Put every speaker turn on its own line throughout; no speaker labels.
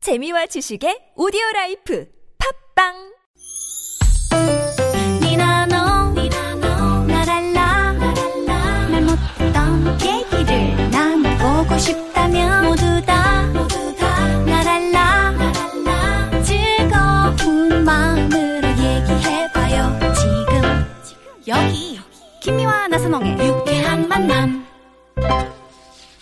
재미와 지식의 오디오 라이프 팝빵
니나 너, 날 알라, 말 못했던 얘기를 나눠보고 싶다면 모두 다, 날 알라, 즐거운 마음으로 얘기해봐요. 지금, 여기, 김미와 나선홍의 유쾌한 만남.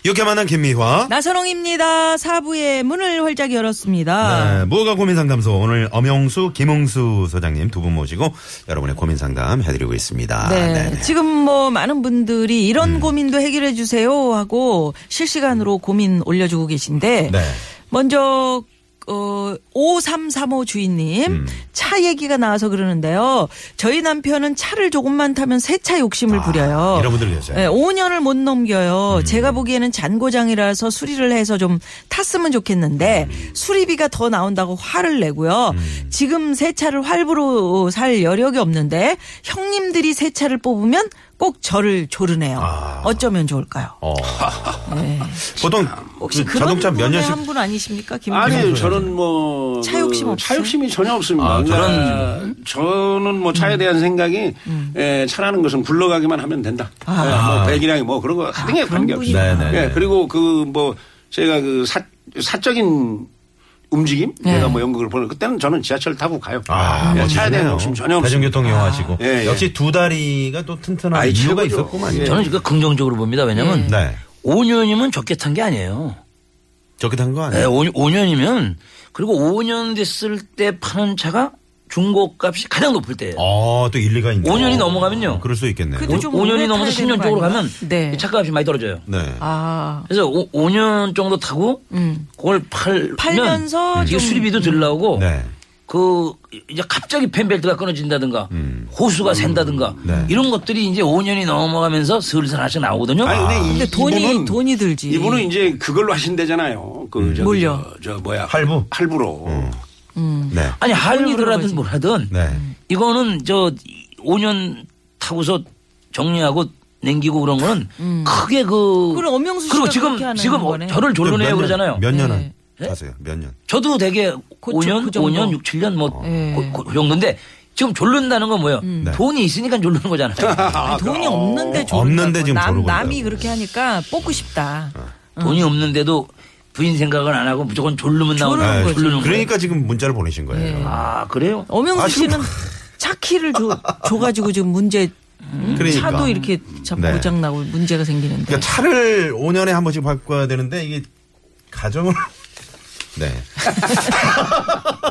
이렇게 만난 김미화.
나선홍입니다. 사부의 문을 활짝 열었습니다.
네, 무허가 고민 상담소 오늘 엄영수, 김홍수 소장님 두 분 모시고 여러분의 고민 상담 해드리고 있습니다.
네,
아, 네네. 음.
지금 뭐 많은 분들이 이런 고민도 해결해 주세요 하고 실시간으로 고민 올려주고 계신데
네.
먼저 어 5335 주인님
음.
차 얘기가 나와서 그러는데요. 저희 남편은 차를 조금만 타면 새 차 욕심을
아,
부려요.
이런 분들 계세요.
네, 5년을 못 넘겨요.
음.
제가 보기에는 잔고장이라서 수리를 해서 좀 탔으면 좋겠는데
음.
수리비가 더 나온다고 화를 내고요. 지금 새 차를 활부로 살 여력이 없는데 형님들이 새 차를 뽑으면 꼭 저를 조르네요.
아.
어쩌면 좋을까요?
어.
네.
보통
혹시
그
그런
자동차 몇
분의
년씩
한 분 아니십니까? 김
아니 저는 뭐
차 욕심
그
없어요?
차욕심이 전혀 없습니다.
아,
그러니까
음.
저는 뭐
음.
차에 대한 생각이 에, 차라는 것은 굴러가기만 하면 된다.
아.
예, 뭐 배기량이 뭐 그런 거 하등에 관계 없이.
분이구나. 아. 네, 네, 네.
예, 그리고 그 뭐 제가 그 사, 사적인 움직임
네.
내가 뭐 연극을 보는 그때는 저는 지하철 타고 가요.
아,
예,
멋지시네요.
차에 대한 욕심 전혀 없습니다.
대중교통 이용하시고
예, 예.
역시 두 다리가 또 튼튼한
아이,
이유가
최고죠.
있었구만요.
예.
저는 이거 긍정적으로 봅니다. 왜냐면
네.
5년이면 적게 탄 게 아니에요.
저렇게 탄 거
네,
아니에요?
5, 년이면 그리고 5년 됐을 때 파는 차가 중고값이 가장 높을 때예요.
어, 또 일리가 있네.
5년이
어,
넘어가면요.
그럴 수 있겠네요.
그래도 좀
5, 년이
오래
넘어서
타야 되는
10년
거
쪽으로
아닌가?
가면
네.
차값이 많이 떨어져요.
네.
아,
그래서 5, 년 정도 타고 그걸 팔면
음. 팔면서
이게
좀-
수리비도 덜 나오고
네.
그 이제 갑자기 펜벨트가 끊어진다든가 호수가 샌다든가
네.
이런 것들이 이제 5년이 넘어가면서 슬슬 하나씩 나오거든요.
아니 근데, 이-
근데 돈이-
이분은-
돈이 들지.
이분은 이제 그걸로 하신대잖아요. 그 저기
뭘요?
저, 저 뭐야
음. 할부? 음.
할부로.
음.
네.
들어가지.
아니 할부라든 뭐라든
네.
이거는 저 5년 타고서 정리하고 냉기고 그런 거는 크게 그
음. 그럼 엄영수 씨가
그리고
그렇게
지금
하는
지금
거네.
저를
몇
조르네요
년,
그러잖아요.
몇 년은
네.
하세요? 몇 년?
저도 되게
그
5년,
정도.
5년, 6, 7년 뭐
예. 음.
그, 그 정도인데 지금 졸른다는 건 뭐예요?
네.
돈이 있으니까 졸르는 거잖아요.
아니,
어.
돈이 없는데 조르
없는데 지금
남,
조르고
남이
있다고. 어.
그렇게 하니까 뽑고 싶다.
돈이 없는데도 부인 생각을 안 하고 무조건 졸르면
아,
나오는
네.
그렇죠.
거예요. 졸르는 거예요.
그러니까 지금 문자를 보내신 거예요.
네.
아 그래요?
어, 엄영수
아, 지금-
씨는 차 키를 줘, 줘가지고 지금 문제 음,
그러니까.
차도 이렇게 참
네.
고장 나고 문제가 생기는데
그러니까 차를 5년에 한 번씩 바꿔야 되는데 이게 가정을 네.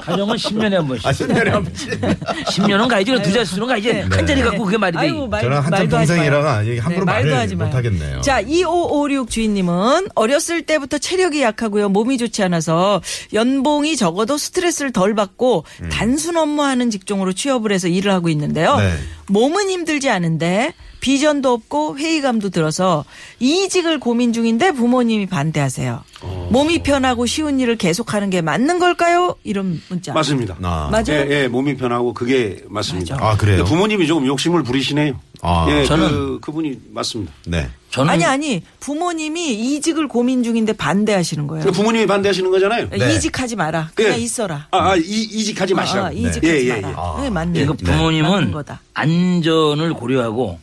가정은 10년에 한 번씩.
아, 10년에 한 네. 번씩.
10년은 가야지. 두 자릿수는 가야지. 한 자리 갖고 그게 말이 돼.
아이고, 말,
저랑 한참
말도 하지
동생이라
마요. 네,
이게 함부로 말을 못
마요.
하겠네요.
자, 2556 주인님은 어렸을 때부터 체력이 약하고요. 몸이 좋지 않아서 연봉이 적어도 스트레스를 덜 받고 단순 업무하는 직종으로 취업을 해서 일을 하고 있는데요.
음. 네.
몸은 힘들지 않은데 비전도 없고 회의감도 들어서 이직을 고민 중인데 부모님이 반대하세요.
어.
몸이 편하고 쉬운 일을 계속하는 게 맞는 걸까요? 이런 문자.
맞습니다.
아.
맞아요.
예, 예, 몸이 편하고 그게 맞습니다.
맞아. 아, 그래요?
근데 부모님이 조금 욕심을 부리시네요.
아.
예, 그,
저는-
그분이 맞습니다.
네.
저는
아니 아니 부모님이 이직을 고민 중인데 반대하시는 거예요.
근데 부모님이 반대하시는 거잖아요.
네. 그
이직하지 마라. 그냥
예.
있어라.
아, 아, 이, 이직하지 마시라고.
아, 이직하지
예, 예,
마라.
예.
네, 맞네.
이거
맞는
부모님은
거다.
안전을 고려하고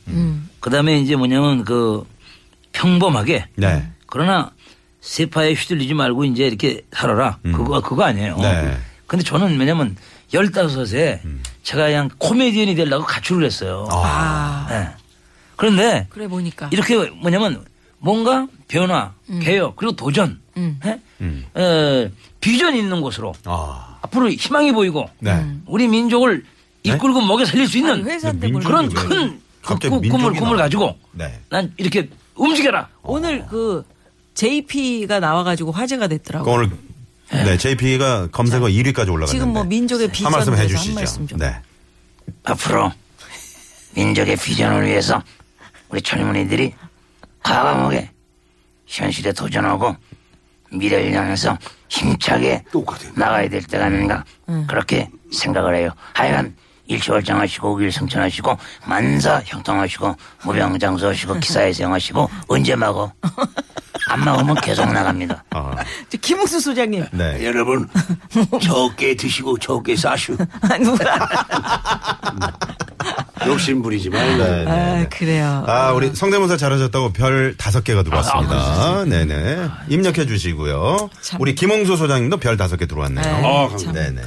그다음에 이제 뭐냐면 그 평범하게
네.
그러나 세파에 휘둘리지 말고 이제 이렇게 살아라. 그거 그거 아니에요.
네.
근데 저는 왜냐면 15에 제가 그냥 코미디언이 되려고 가출을 했어요.
아,
예. 그런데
그래 보니까.
이렇게 뭐냐면 뭔가 변화,
음.
개혁, 그리고 도전. 예? 어, 비전 있는 곳으로
아.
앞으로 희망이 보이고
네.
우리 민족을 이끌고 먹여 살릴 수 있는
아니,
근데
회사인데 뭘
민주주의-
그런
민족이 왜
큰 그,
갑자기
꿈- 꿈을
민족이
꿈을
나와?
가지고
네.
난 이렇게 움직여라.
어.
오늘 그 JP가 나와가지고 화제가
그
됐더라고. 요
오늘 네, JP가 검색어 1위까지 올라갔는데.
지금 뭐 민족의
한
비전에
말씀
대해서
해
한
주시죠.
말씀 좀.
네.
앞으로 민족의 비전을 위해서 우리 젊은이들이 과감하게 현실에 도전하고 미래를 향해서 힘차게
똑같아요.
나가야 될 때가 아닌가 그렇게 생각을 해요. 하여간 일시월장하시고 오길성천하시고 만사 형통하시고 무병장수하시고 기사회생하시고 언제 마고 안 나오면 계속 나갑니다.
아,
저 김웅수 소장님.
네.
예. 여러분 적게 드시고 적게 싸슈
아, 누가.
욕심 부리지 말라.
네, 네.
아, 그래요.
아, 우리 성대모사 잘하셨다고 별 다섯 개가
아,
들어왔습니다. 네네. 입력해 주시고요.
참.
우리 김홍수 소장님도 별 다섯 개 들어왔네요.
네,
아,
참.
네네네.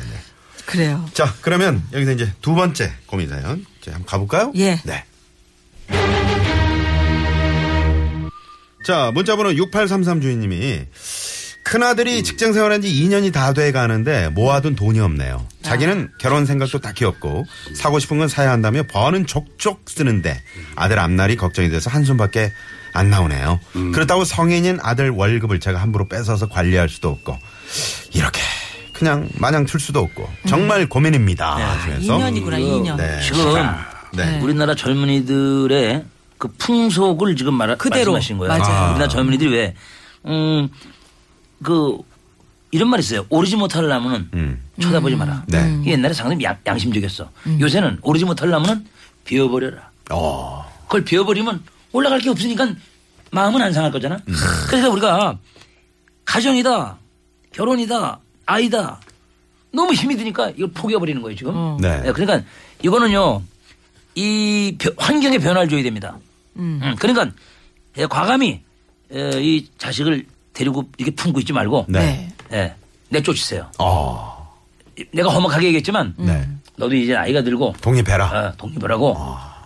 그래요.
자, 그러면 여기서 이제 두 번째 고민 사연. 이제 한번 가볼까요?
예.
네. 자, 문자번호 6833 주인님이 큰아들이
음.
직장 생활한 지 2년이 다 돼 가는데 모아둔 돈이 없네요. 자기는 결혼 생각도 딱히 없고 사고 싶은 건 사야 한다며 버는 족족 쓰는데 아들 앞날이 걱정이 돼서 한숨밖에 안 나오네요.
음.
그렇다고 성인인 아들 월급을 제가 함부로 뺏어서 관리할 수도 없고 이렇게 그냥 마냥 줄 수도 없고
음.
정말 고민입니다. 하시면서
2년이구나,
음,
2년.
네.
지금
네.
우리나라 젊은이들의 그 풍속을 지금 말,
그대로.
말씀하신 거예요.
맞아요.
우리나라 젊은이들이 왜, 음, 그, 이런 말 있어요. 오르지 못하려면은
음.
쳐다보지 마라.
네.
이게 옛날에 상당히 양, 양심적이었어.
음.
요새는 오르지 못하려면은 비워버려라.
어.
그걸 비워버리면 올라갈 게 없으니까 마음은 안 상할 거잖아. 그래서 우리가 가정이다, 결혼이다, 아이다. 너무 힘이 드니까 이걸 포기해버리는 거예요, 지금.
네.
네, 그러니까 이거는요, 이 벼- 환경의 변화를 줘야 됩니다. 음, 그러니까 예, 과감히 예, 이 자식을 데리고 이렇게 품고 있지 말고
네.
예, 내쫓으세요.
어.
내가 험악하게 얘기했지만
네.
너도 이제 나이가 들고
아.
독립해라.
어, 독립하라고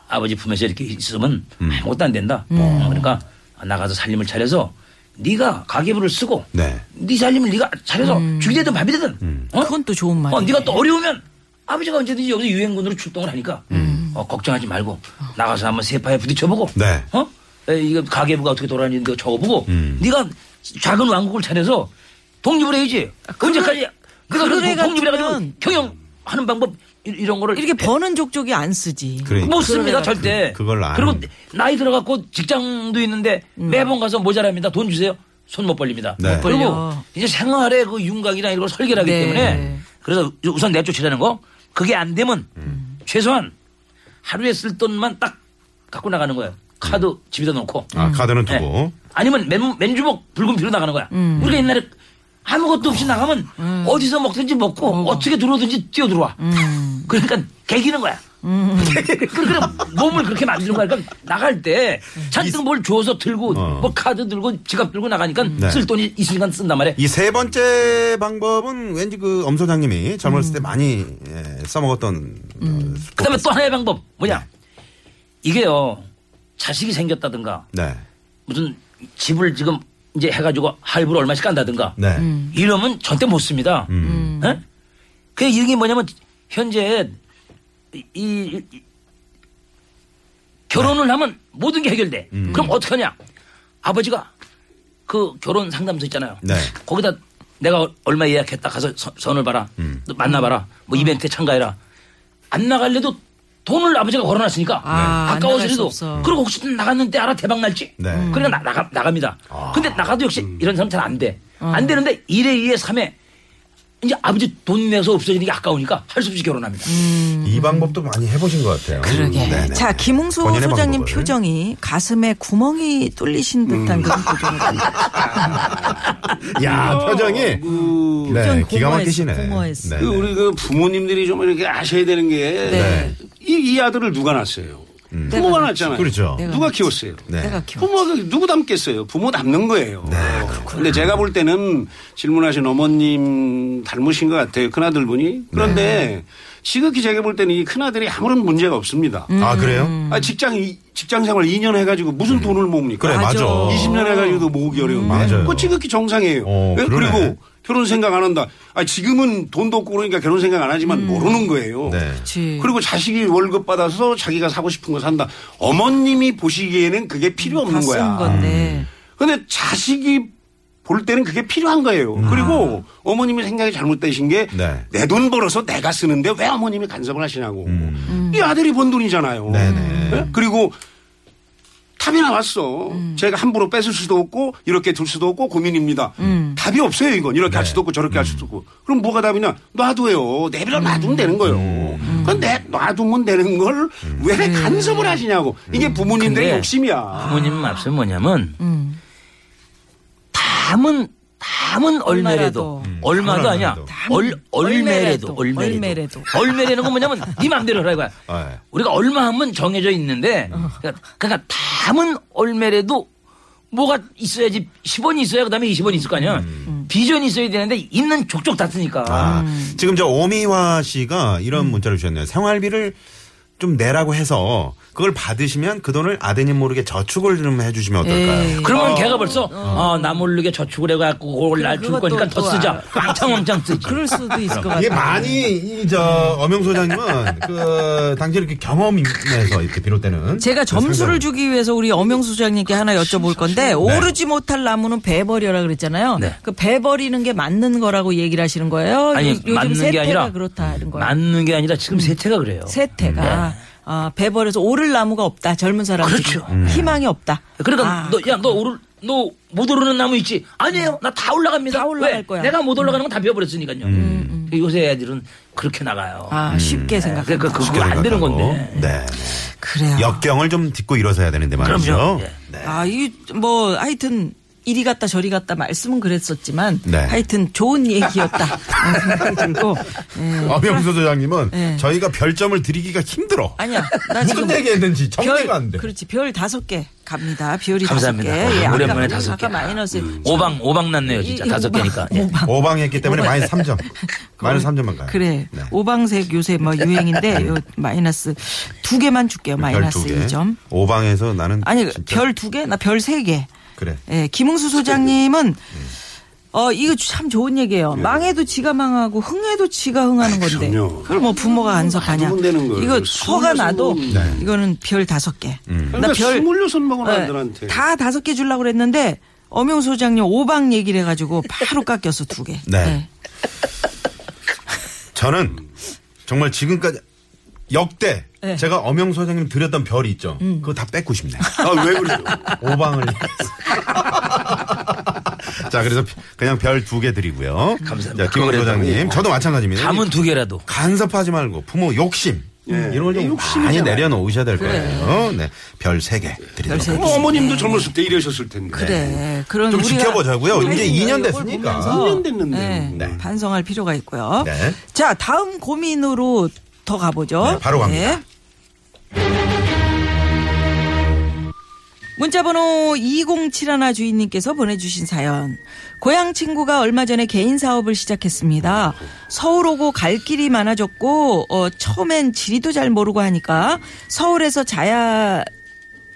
아버지 품에서 이렇게 있으면
음.
아무것도 안 된다.
네.
어, 그러니까 나가서 살림을 차려서 네가 가계부를 쓰고
네. 음.
네, 살림을 네가 차려서 죽이 되든 밥이 되든 어?
음. 그건 또 좋은 말이에요.
어, 네가 또 어려우면 아버지가 언제든지 여기서 유행군으로 출동을 하니까 어, 걱정하지 말고 나가서 한번 세파에 부딪혀보고
음. 네.
어? 에, 이거 가계부가 어떻게 돌아가는지 그거 적어보고
음.
네가 작은 왕국을 차려서 독립을 해야지 언제까지 네가
그걸
그래가지고 독립을 해가지고
해가지고는
경영하는 방법 이- 이런 거를
이렇게
해-
버는 족족이 안 쓰지.
그러니까.
못 씁니다 절대.
그- 그걸 아는-
리고 나이 들어갖고 직장도 있는데 매번 가서 모자랍니다. 돈 주세요. 손 못 벌립니다.
네. 못
벌려.
그리고 이제 생활의 그 윤곽이나 이런 걸 설계를 하기
네.
때문에 그래서 우선 내쫓으라는 거. 그게 안 되면
음.
최소한 하루에 쓸 돈만 딱 갖고 나가는 거예요. 카드 집에다 놓고.
아, 카드는
네.
두고.
아니면 맨, 맨주먹 붉은 피로 나가는 거야. 우리가 옛날에 아무것도 없이 나가면 어디서 먹든지 음. 먹고 어떻게 들어오든지 뛰어 들어와. 그러니까 개기는 거야. 그러니까 몸을 그렇게 만드는 거야. 그러니까 나갈 때 잔뜩 뭘 줘서 들고
어.
뭐 카드 들고 지갑 들고 나가니까
네.
쓸 돈이 있으니까 쓴단 말이야.
이 세 번째 방법은 왠지 그 엄소장님이 젊었을
음.
때 많이 예, 써먹었던 어, 수법.
그다음에 또 하나의 방법 뭐냐? 이게요 자식이 생겼다든가
네.
무슨 집을 지금 이제 해가지고 할부로 얼마씩 깐다든가
네.
음.
음.
이러면 절대 못 씁니다. 예? 그 이게 뭐냐면 현재 이, 이- 이-
네.
결혼을 하면 모든 게 해결돼.
음.
그럼 어떻게 하냐? 아버지가 그 결혼 상담소 있잖아요.
네.
거기다 내가 어- 얼마 예약했다 가서 선- 선을 봐라.
음.
너 만나봐라.
음.
뭐 이벤트에 참가해라. 안 나갈래도 돈을 아버지가 걸어놨으니까
아,
아, 까워서
안
라도
나갈 수 없어. 음.
그리고 혹시 나갔는데 알아 대박 날지.
네.
그러니까 나, 나가, 나갑니다. 근데 나가도 역시 이런 사람 잘 안 돼.
어.
안 되는데 일에 이에 삼에 이제 아버지 돈 내서 없어지는 게 아까우니까 할 수 없이 결혼합니다.
음.
이 방법도 많이 해보신 것 같아요. 음.
그러게.
네네.
자, 김웅수
본인의
소장님
방법을. 음.
표정이 가슴에 구멍이 뚫리신 듯한 그런 표정이거든요. 아,
야, 아, 표정이.
그,
네,
표정
기가
공허했어,
막히시네.
공허했어.
네네.
그 우리 그 부모님들이 좀 이렇게 아셔야 되는 게 이
네.
이 아들을 누가 낳았어요? 부모가 낳았잖아요.
음. 그렇죠.
내가
누가
낳았지.
키웠어요?
네.
내가 기억.
그렇죠. 부모가 누구 닮겠어요? 부모 닮는 거예요. 근데 제가 볼 때는 질문하신 어머님 닮으신 것 같아요. 큰아들 분이.
네.
그런데 지극히 제가 볼 때는 이 큰아들이 아무런 문제가 없습니다.
음.
아, 그래요? 음.
아, 직장, 이- 직장 생활 2년 해가지고 무슨 돈을 모읍니까?
그래, 맞아. 음.
맞아.
20년 해가지고도 모으기 어려운데.
맞아요.
그거 지극히 정상이에요.
어,
예?
그러네.
그리고 결혼 생각 안 한다. 아, 지금은 돈도 없고 그러니까 결혼 생각 안 하지만 모르는 거예요.
음. 네.
그치.
그리고 자식이 월급 받아서 자기가 사고 싶은 거 산다. 어머님이 보시기에는 그게 필요 없는
다쓴
거야.
음.
건데.
근데 자식이 볼 때는 그게 필요한 거예요. 그리고 어머님이 생각이 잘못되신 게
네.
내 돈 벌어서 내가 쓰는데 왜 어머님이 간섭을 하시냐고.
음.
음.
이 아들이 번 돈이잖아요.
네네.
예? 그리고 답이 나왔어.
음.
제가 함부로 뺏을 수도 없고 이렇게 둘 수도 없고 고민입니다.
음.
답이 없어요 이건. 이렇게
네.
할 수도 없고 저렇게
음.
할 수도 없고. 그럼 뭐가 답이냐? 놔둬요. 내버려 놔두면 되는 거예요.
음.
음.
그건 내 놔두면 되는 걸 왜 간섭을
음.
하시냐고. 이게 부모님들의
근데
욕심이야.
음.
부모님은 앞서 뭐냐면 담은 담은
얼마라도.
얼마래도
음.
얼마도
담은
아니야.
얼마라도.
얼 얼매래도
얼매래도.
얼매래도
얼매래도.
얼매라는 건 뭐냐면 네 맘대로 하라 이거야.
네.
우리가 얼마 하면 정해져 있는데 그러니까, 그러니까 담은 얼매래도 뭐가 있어야지 10원이 있어야 그다음에 20원이 있을 거 아니야.
음.
비전이 있어야 되는데 있는 족족 다 쓰니까.
아, 지금 저 오미화 씨가
음.
이런 문자를 주셨네요. 생활비를 좀 내라고 해서 그걸 받으시면 그 돈을 아드님 모르게 저축을 좀 해주시면 어떨까요?
그러면 걔가 벌써 어, 나 모르게 저축을 해갖고 그걸 날 줄
그것도
거니까 더
또
쓰자. 왕창왕창 쓰지.
그럴 수도 있을 것
이게
같아요.
많이 이 저 엄영 소장님은 그 당시 이렇게 경험에서 이렇게 비롯되는
제가 점수를
그
주기 위해서 우리 엄영수 소장님께 하나
아,
여쭤볼 건데 오르지 못할 나무는 배버려라 그랬잖아요.
네.
그 배버리는 게 맞는 거라고 얘기를 하시는 거예요?
아니,
요- 요즘
맞는 게
세태가
아니라
그렇다는 거예요.
맞는 게 아니라 지금 세태가 그래요.
음. 세태가 아, 배버려서 오를 나무가 없다. 젊은 사람들이 음.
그렇죠.
희망이 없다.
그러니까
아,
너 야 너 오를 너 못 오르는 나무 있지? 아니에요. 나 다 올라갑니다.
음. 다 올라갈
왜?
거야. 음.
내가 못 올라가는 건 다 비워버렸으니까요. 요새 애들은 그렇게 나가요.
아, 쉽게 생각.
그러니까 그거 안 되는 건데.
네.
그래요.
역경을 좀 딛고 일어서야 되는데 말이죠.
그럼요. 예.
네.
아, 이 뭐 하여튼 이리 갔다 저리 갔다 말씀은 그랬었지만
네.
하여튼 좋은 얘기였다. 생각이 들고 예.
아, 엄영수 소장님은
네.
저희가 별점을 드리기가 힘들어.
아니야. 나 지금
무슨 얘기했는지
별, 그렇죠.
정리가 안 돼.
그렇지. 별 다섯 개 갑니다. 별이
감사합니다.
다섯 개. 예,
아,
아까
오랜만에
마-
다섯
아까
개. 음.
마이너스.
오방 오방 났네요 진짜
이- 이
다섯
오방,
개니까. 예.
오방.
오방했기 때문에 마이너스 3점. 마이너스 3점만 가요.
그래.
네.
오방색 요새 뭐 유행인데 요 마이너스 두 개만 줄게요. 마이너스
별두 개.
2점.
오방에서 나는
아니
진짜
별 두 개? 나 별 세 개.
그래.
예, 김웅수 소장님은
음.
어 이거 참 좋은 얘기예요. 망해도 지가 망하고 흥해도 지가 흥하는 건데.
그럼요.
그걸 뭐 부모가 안석하냐.
가지고 되는 거예요.
이거
스물여섯
화가 나도
번.
네.
이거는 별 다섯 개.
음.
그러니까 스물여섯 먹은 아들한테.
네. 다 다섯 개 주려고 그랬는데 엄영 소장님 오방 얘기를 해가지고 바로 깎였어 두 개.
네. 저는 정말 지금까지 역대
네.
제가 엄영 소장님 드렸던 별이 있죠.
음.
그거 다 뺏고 싶네요.
아 왜 그래요?
오방을. 위해서. 자, 그래서 그냥 별 두 개 드리고요.
감사합니다.
자, 김원
그거라도.
소장님. 저도 마찬가지입니다.
담은 두 예. 개라도.
간섭하지 말고 부모 욕심. 음, 이런 걸 좀 많이
욕심이잖아요.
내려놓으셔야 될 거예요. 네. 별 세 개 드리도록
세 개.
하겠습니다.
뭐 어머님도 젊었을 때 이러셨을 텐데.
그래. 그런
네. 좀
우리가
지켜보자고요.
우리가
이제 2년
이걸
됐으니까.
보면서
2년 됐는데.
네.
반성할 필요가 있고요.
네.
자, 다음 고민으로 더 가보죠.
네, 바로 갑니다.
문자번호 2071 주인님께서 보내주신 사연. 고향 친구가 얼마 전에 개인 사업을 시작했습니다. 서울 오고 갈 길이 많아졌고, 어, 처음엔 지리도 잘 모르고 하니까 서울에서 자야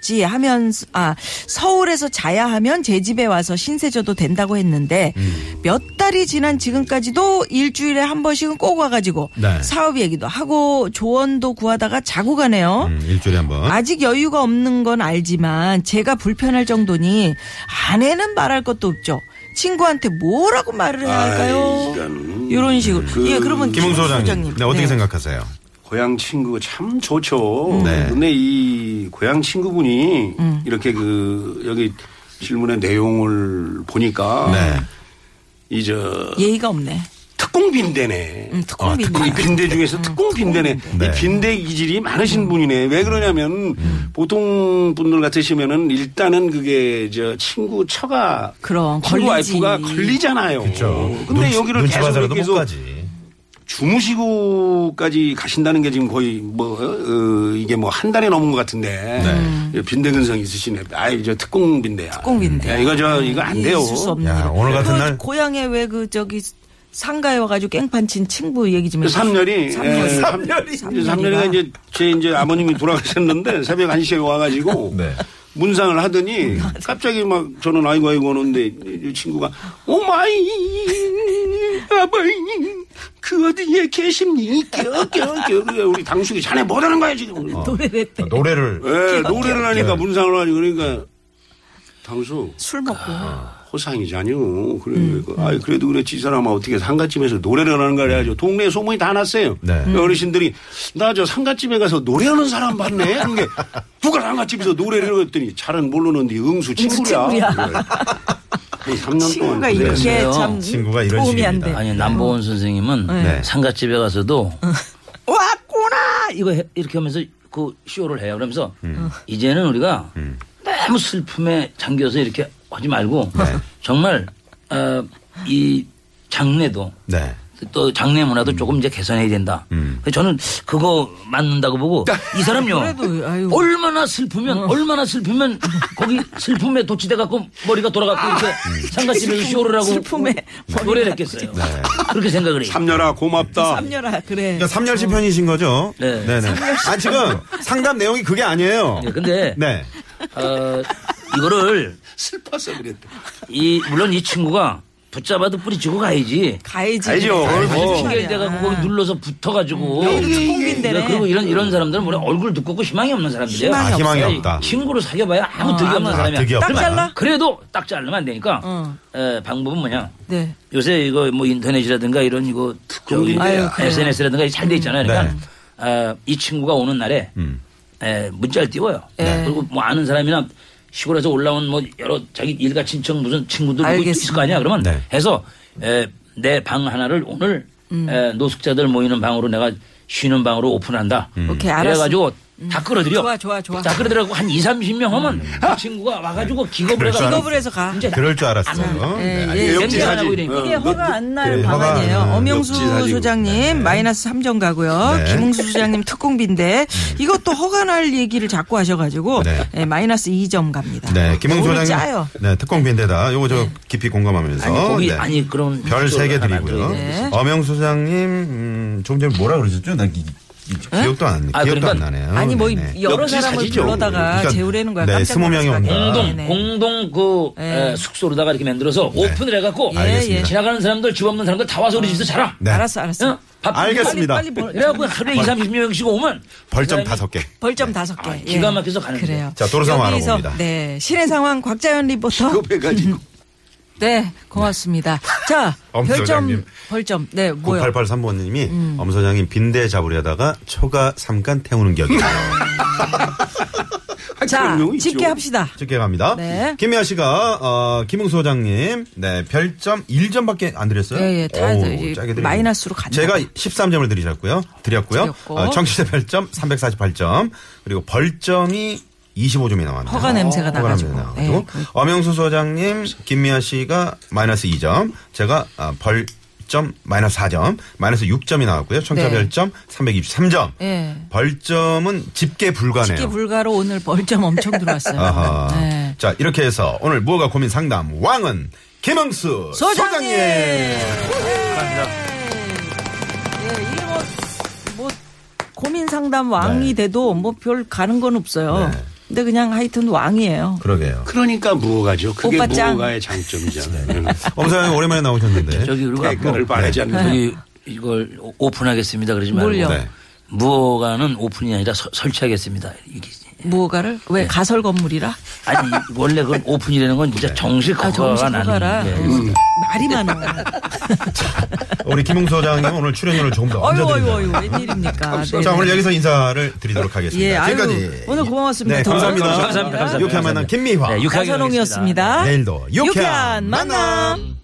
지 하면 아 서울에서 자야 하면 제 집에 와서 신세져도 된다고 했는데
음.
몇 달이 지난 지금까지도 일주일에 한 번씩은 꼭 와가지고
네.
사업 얘기도 하고 조언도 구하다가 자고 가네요.
음, 일주일에 한 번.
아직 여유가 없는 건 알지만 제가 불편할 정도니 아내는 말할 것도 없죠. 친구한테 뭐라고 말을 해야 할까요? 이런 식으로. 예, 그러면
김웅소
김
소장님. 네, 어떻게
네.
생각하세요?
고향 친구 참 좋죠.
네.
근데 이 고향 친구분이
음.
이렇게 그 여기 질문의 내용을 보니까
네.
이 저
예의가 없네.
특공 빈대네.
음, 특공 빈대. 음,
이 빈대 중에서 특공 빈대네.
네.
이 빈대 기질이 많으신 분이네. 왜 그러냐면
음.
보통 분들 같으시면은 일단은 그게 저 친구 처가
그럼,
친구
걸리지.
와이프가 걸리잖아요. 그렇죠. 근데
눈치-
여기를
눈치
계속
봐서라도
이렇게
못
해서
가지.
주무시고까지 가신다는 게 지금 거의 뭐 어, 이게 뭐 한 달이 넘은 것 같은데 예, 빈대 근성 있으시네. 아이 저 특공 빈대야.
네. 특공 빈대야.
야, 이거 저 이거 안
이-
돼요.
있을 수 없는
야,
일.
오늘 같은
그
날-
고향에 왜 그 저기 상가에 와가지고 깽판 친 친구 얘기 좀
그
해주세요.
삼열이
삼열이.
예, 삼- 이제 삼열이가 이제 제 이제 아버님이 돌아가셨는데 새벽 1 시에 와가지고
네.
문상을 하더니 갑자기 막 저는 아이고 아이고 오는데 이 친구가 오마이 아버님 그 어디에 계십니까? 껴껴껴 우리 당숙이 자네 뭐라는 거야 지금?
네. 노래를
아, 노래를.
예, 노래를 하니까 문상을 하니 그러니까 당수
술 먹고.
아,
호상이잖요. 그래, 아 그래도 그렇지 이 사람아 어떻게 상가집에서 노래를 하는 걸 해야죠. 동네에 소문이 다 났어요.
네.
어르신들이 나 저 상가집에 가서 노래하는 사람 봤네. 그런 게 누가 상가집에서 노래를 했더니 잘은 모르는데 응수 친구야.
친구야.
그래. 3년 동안 네.
친구가
아, 그래요.
이게
그래요.
참
친구가 이런
도움이 안 돼.
식입니다.
아니
음.
남보원 선생님은
네.
상가집에 가서도 왔구나 이거 해- 이렇게 하면서 그 쇼를 해요. 그러면서
음.
이제는 우리가 너무 슬픔에 잠겨서 이렇게 하지 말고 정말 어, 이 장례도
네.
또 장례 문화도 조금 이제 개선해야 된다.
음.
그래서 저는 그거 맞는다고 보고 이 사람요
그래도, 아유. 어.
얼마나 슬프면 얼마나 슬프면 거기 슬픔에 도취돼 갖고 머리가 돌아가고 이렇게 상가집에서 쇼를 하고
뭐,
슬픔에 네.
노래를 했겠어요. 그렇게 생각을 해요.
네. 삼녀라
아.
고맙다.
삼녀라 그래.
그러니까 삼열시 편이신 거죠?
네.
네네. 아, 지금 상담 내용이 그게 아니에요.
네, 근데
네.
어, 이거를
슬퍼서 그랬대.
이 물론 이 친구가 붙잡아도 뿌리치고 가야지.
가야지.
알죠.
아주
어.
그
핑계대가 거기 눌러서 붙어가지고.
음. 총빈대네.
그러니까 그리고 이런 이런 사람들은 원래 얼굴 두껍고 희망이 없는 사람들이에요.
희망이
아, 희망이 없어요. 없다.
친구로 사귀어봐야 아무 득이 없는
아,
사람이야.
득이
딱
없다.
잘라?
그래도 딱 자르면 안 되니까
어.
에, 방법은 뭐냐?
네.
요새 이거 뭐 인터넷이라든가 이런 이거 저기
아유, 그래요.
SNS라든가 잘 돼 있잖아요. 그러니까
네. 음.
아, 이 친구가 오는 날에 에, 문자를 띄워요.
네.
그리고 뭐 아는 사람이나 시골에서 올라온 뭐 여러 자기 일가 친척 무슨 친구들 누구
알겠습니다.
있을 거 아니야. 그러면
네.
해서 내 방 하나를 오늘
음.
에, 노숙자들 모이는 방으로 내가 쉬는 방으로 오픈한다.
음.
오케이, 알았어. 음.
그래가지고 다 끌어들여.
좋아, 좋아, 좋아.
다 끌어들여고 한 2, 30명 하면 그 친구가 와가지고 기겁을
음. 네. 그럴 줄
해가지고
기겁을 해서 가.
이제
그럴 줄 알았어요. 네.
예, 예.
옆집
안 하고
사진. 어,
이러니까.
이게 허가 안 날
그래,
방안이에요.
허가 안 나요.
옆집
네, 엄영수
사진이고.
소장님 마이너스 3점 가고요.
네. 음.
김웅수 소장님 특공비인데 이것도 허가 날 얘기를 자꾸 하셔가지고
네.
예, 마이너스 2점 갑니다.
네, 김홍
오늘
소장님.
짜요.
네, 특공비인데다. 요거 저 깊이 공감하면서.
아니, 거기,
네.
아니, 그런.
별 세 개
하나
드리고요.
만들어야
네.
엄영수 소장님, 음, 조금 전에 뭐라 그러셨죠? 난 기, 기, 기억도 안,
아,
기억도
그러니까-
안 나네요.
아니 뭐
네네.
여러
옆집
사람을
사진이죠.
불러다가
그러니까
재우려는 거야.
네,
깜짝
스무 명이
놀라게.
온다.
공동
네, 네.
공동 그
네.
에, 숙소로다가 이렇게 만들어서 오픈을 해갖고
알겠습니다. 네. 예.
지나가는 사람들 집 없는 사람들 다 와서 우리 집에서 자라.
네.
아. 알았어, 알았어.
어? 밥
알겠습니다. 네.
빨리 벌,
그래갖고 하루에 2, 30명씩 오면
벌점
그 사람이
다섯 개.
벌점 다섯 개.
아,
예.
기가 막혀서 가는 거죠.
그래요.
자, 도로 상황
여기서,
알아봅니다.
네, 실내 상황 곽자연 리포터.
급해가지고.
네, 고맙습니다. 자,
엄
별점
소장님. 그
벌점. 네, 뭐요?
0883번님이 엄 소장님 빈대 잡으려다가 초가 삼간 태우는 격이에요.
아,
자,
그런 경우 있죠.
집계합시다.
쉽게 갑니다.
네.
김미아 씨가 어, 김웅 소장님 네 별점 1점밖에 안 드렸어요.
예, 예, 다
어우,
이제
짜게 드리네요.
마이너스로 간다.
제가 13점을 드리셨고요. 드렸고요.
드렸고.
어, 청취자 별점 348점 그리고 벌점이 25점이 나왔네요.
허가 냄새가
허가
나가지고.
냄새가
예,
나가지고.
그-
엄영수 소장님, 김미아 씨가 마이너스 2점, 제가 아, 벌점 마이너스 4점, 마이너스 6점이 나왔고요. 청취자
네.
별점 323점.
예.
벌점은 집계 불가네요.
집계 불가로 오늘 벌점 엄청 들어왔어요.
아하.
네.
자 이렇게 해서 오늘 무허가 고민 상담 왕은 김영수
소장님.
소장님.
예, 이게 뭐, 뭐 고민 상담 왕이
네.
돼도 뭐 별 가는 건 없어요.
네.
근데 그냥 하여튼 왕이에요.
그러게요.
그러니까 무허가죠. 그게
오빠 짱.
무허가의 장점이잖아요.
엄사장님 오랜만에 나오셨는데.
저기 그리고
대가를
앞으로
바라지 않는
저기 이걸 오- 오픈하겠습니다. 그러지 말고
뭘요?
네.
무허가는 오픈이 아니라 서- 설치하겠습니다. 이게
무허가를
네.
왜 가설 건물이라?
아니 이- 원래 그 오픈이라는 건
네.
진짜 정식
아, 정식
허가가
허가라.
나는. 예.
음. 말이 많아.
우리 김영수 소장님 오늘 출연료를 조금 더
어유 어유
얹어드립니다.
어유 웬일입니까? 네,
자
네.
오늘 여기서 인사를 드리도록 하겠습니다.
예, 아유,
지금까지
오늘 고마웠습니다. 네.
네,
더
감사합니다.
감사합니다.
감사합니다. 감사합니다.
유쾌한 만남 김미화.
네, 유쾌하게
나선홍이었습니다.
내일도 유쾌한,
유쾌한 만남.
만남.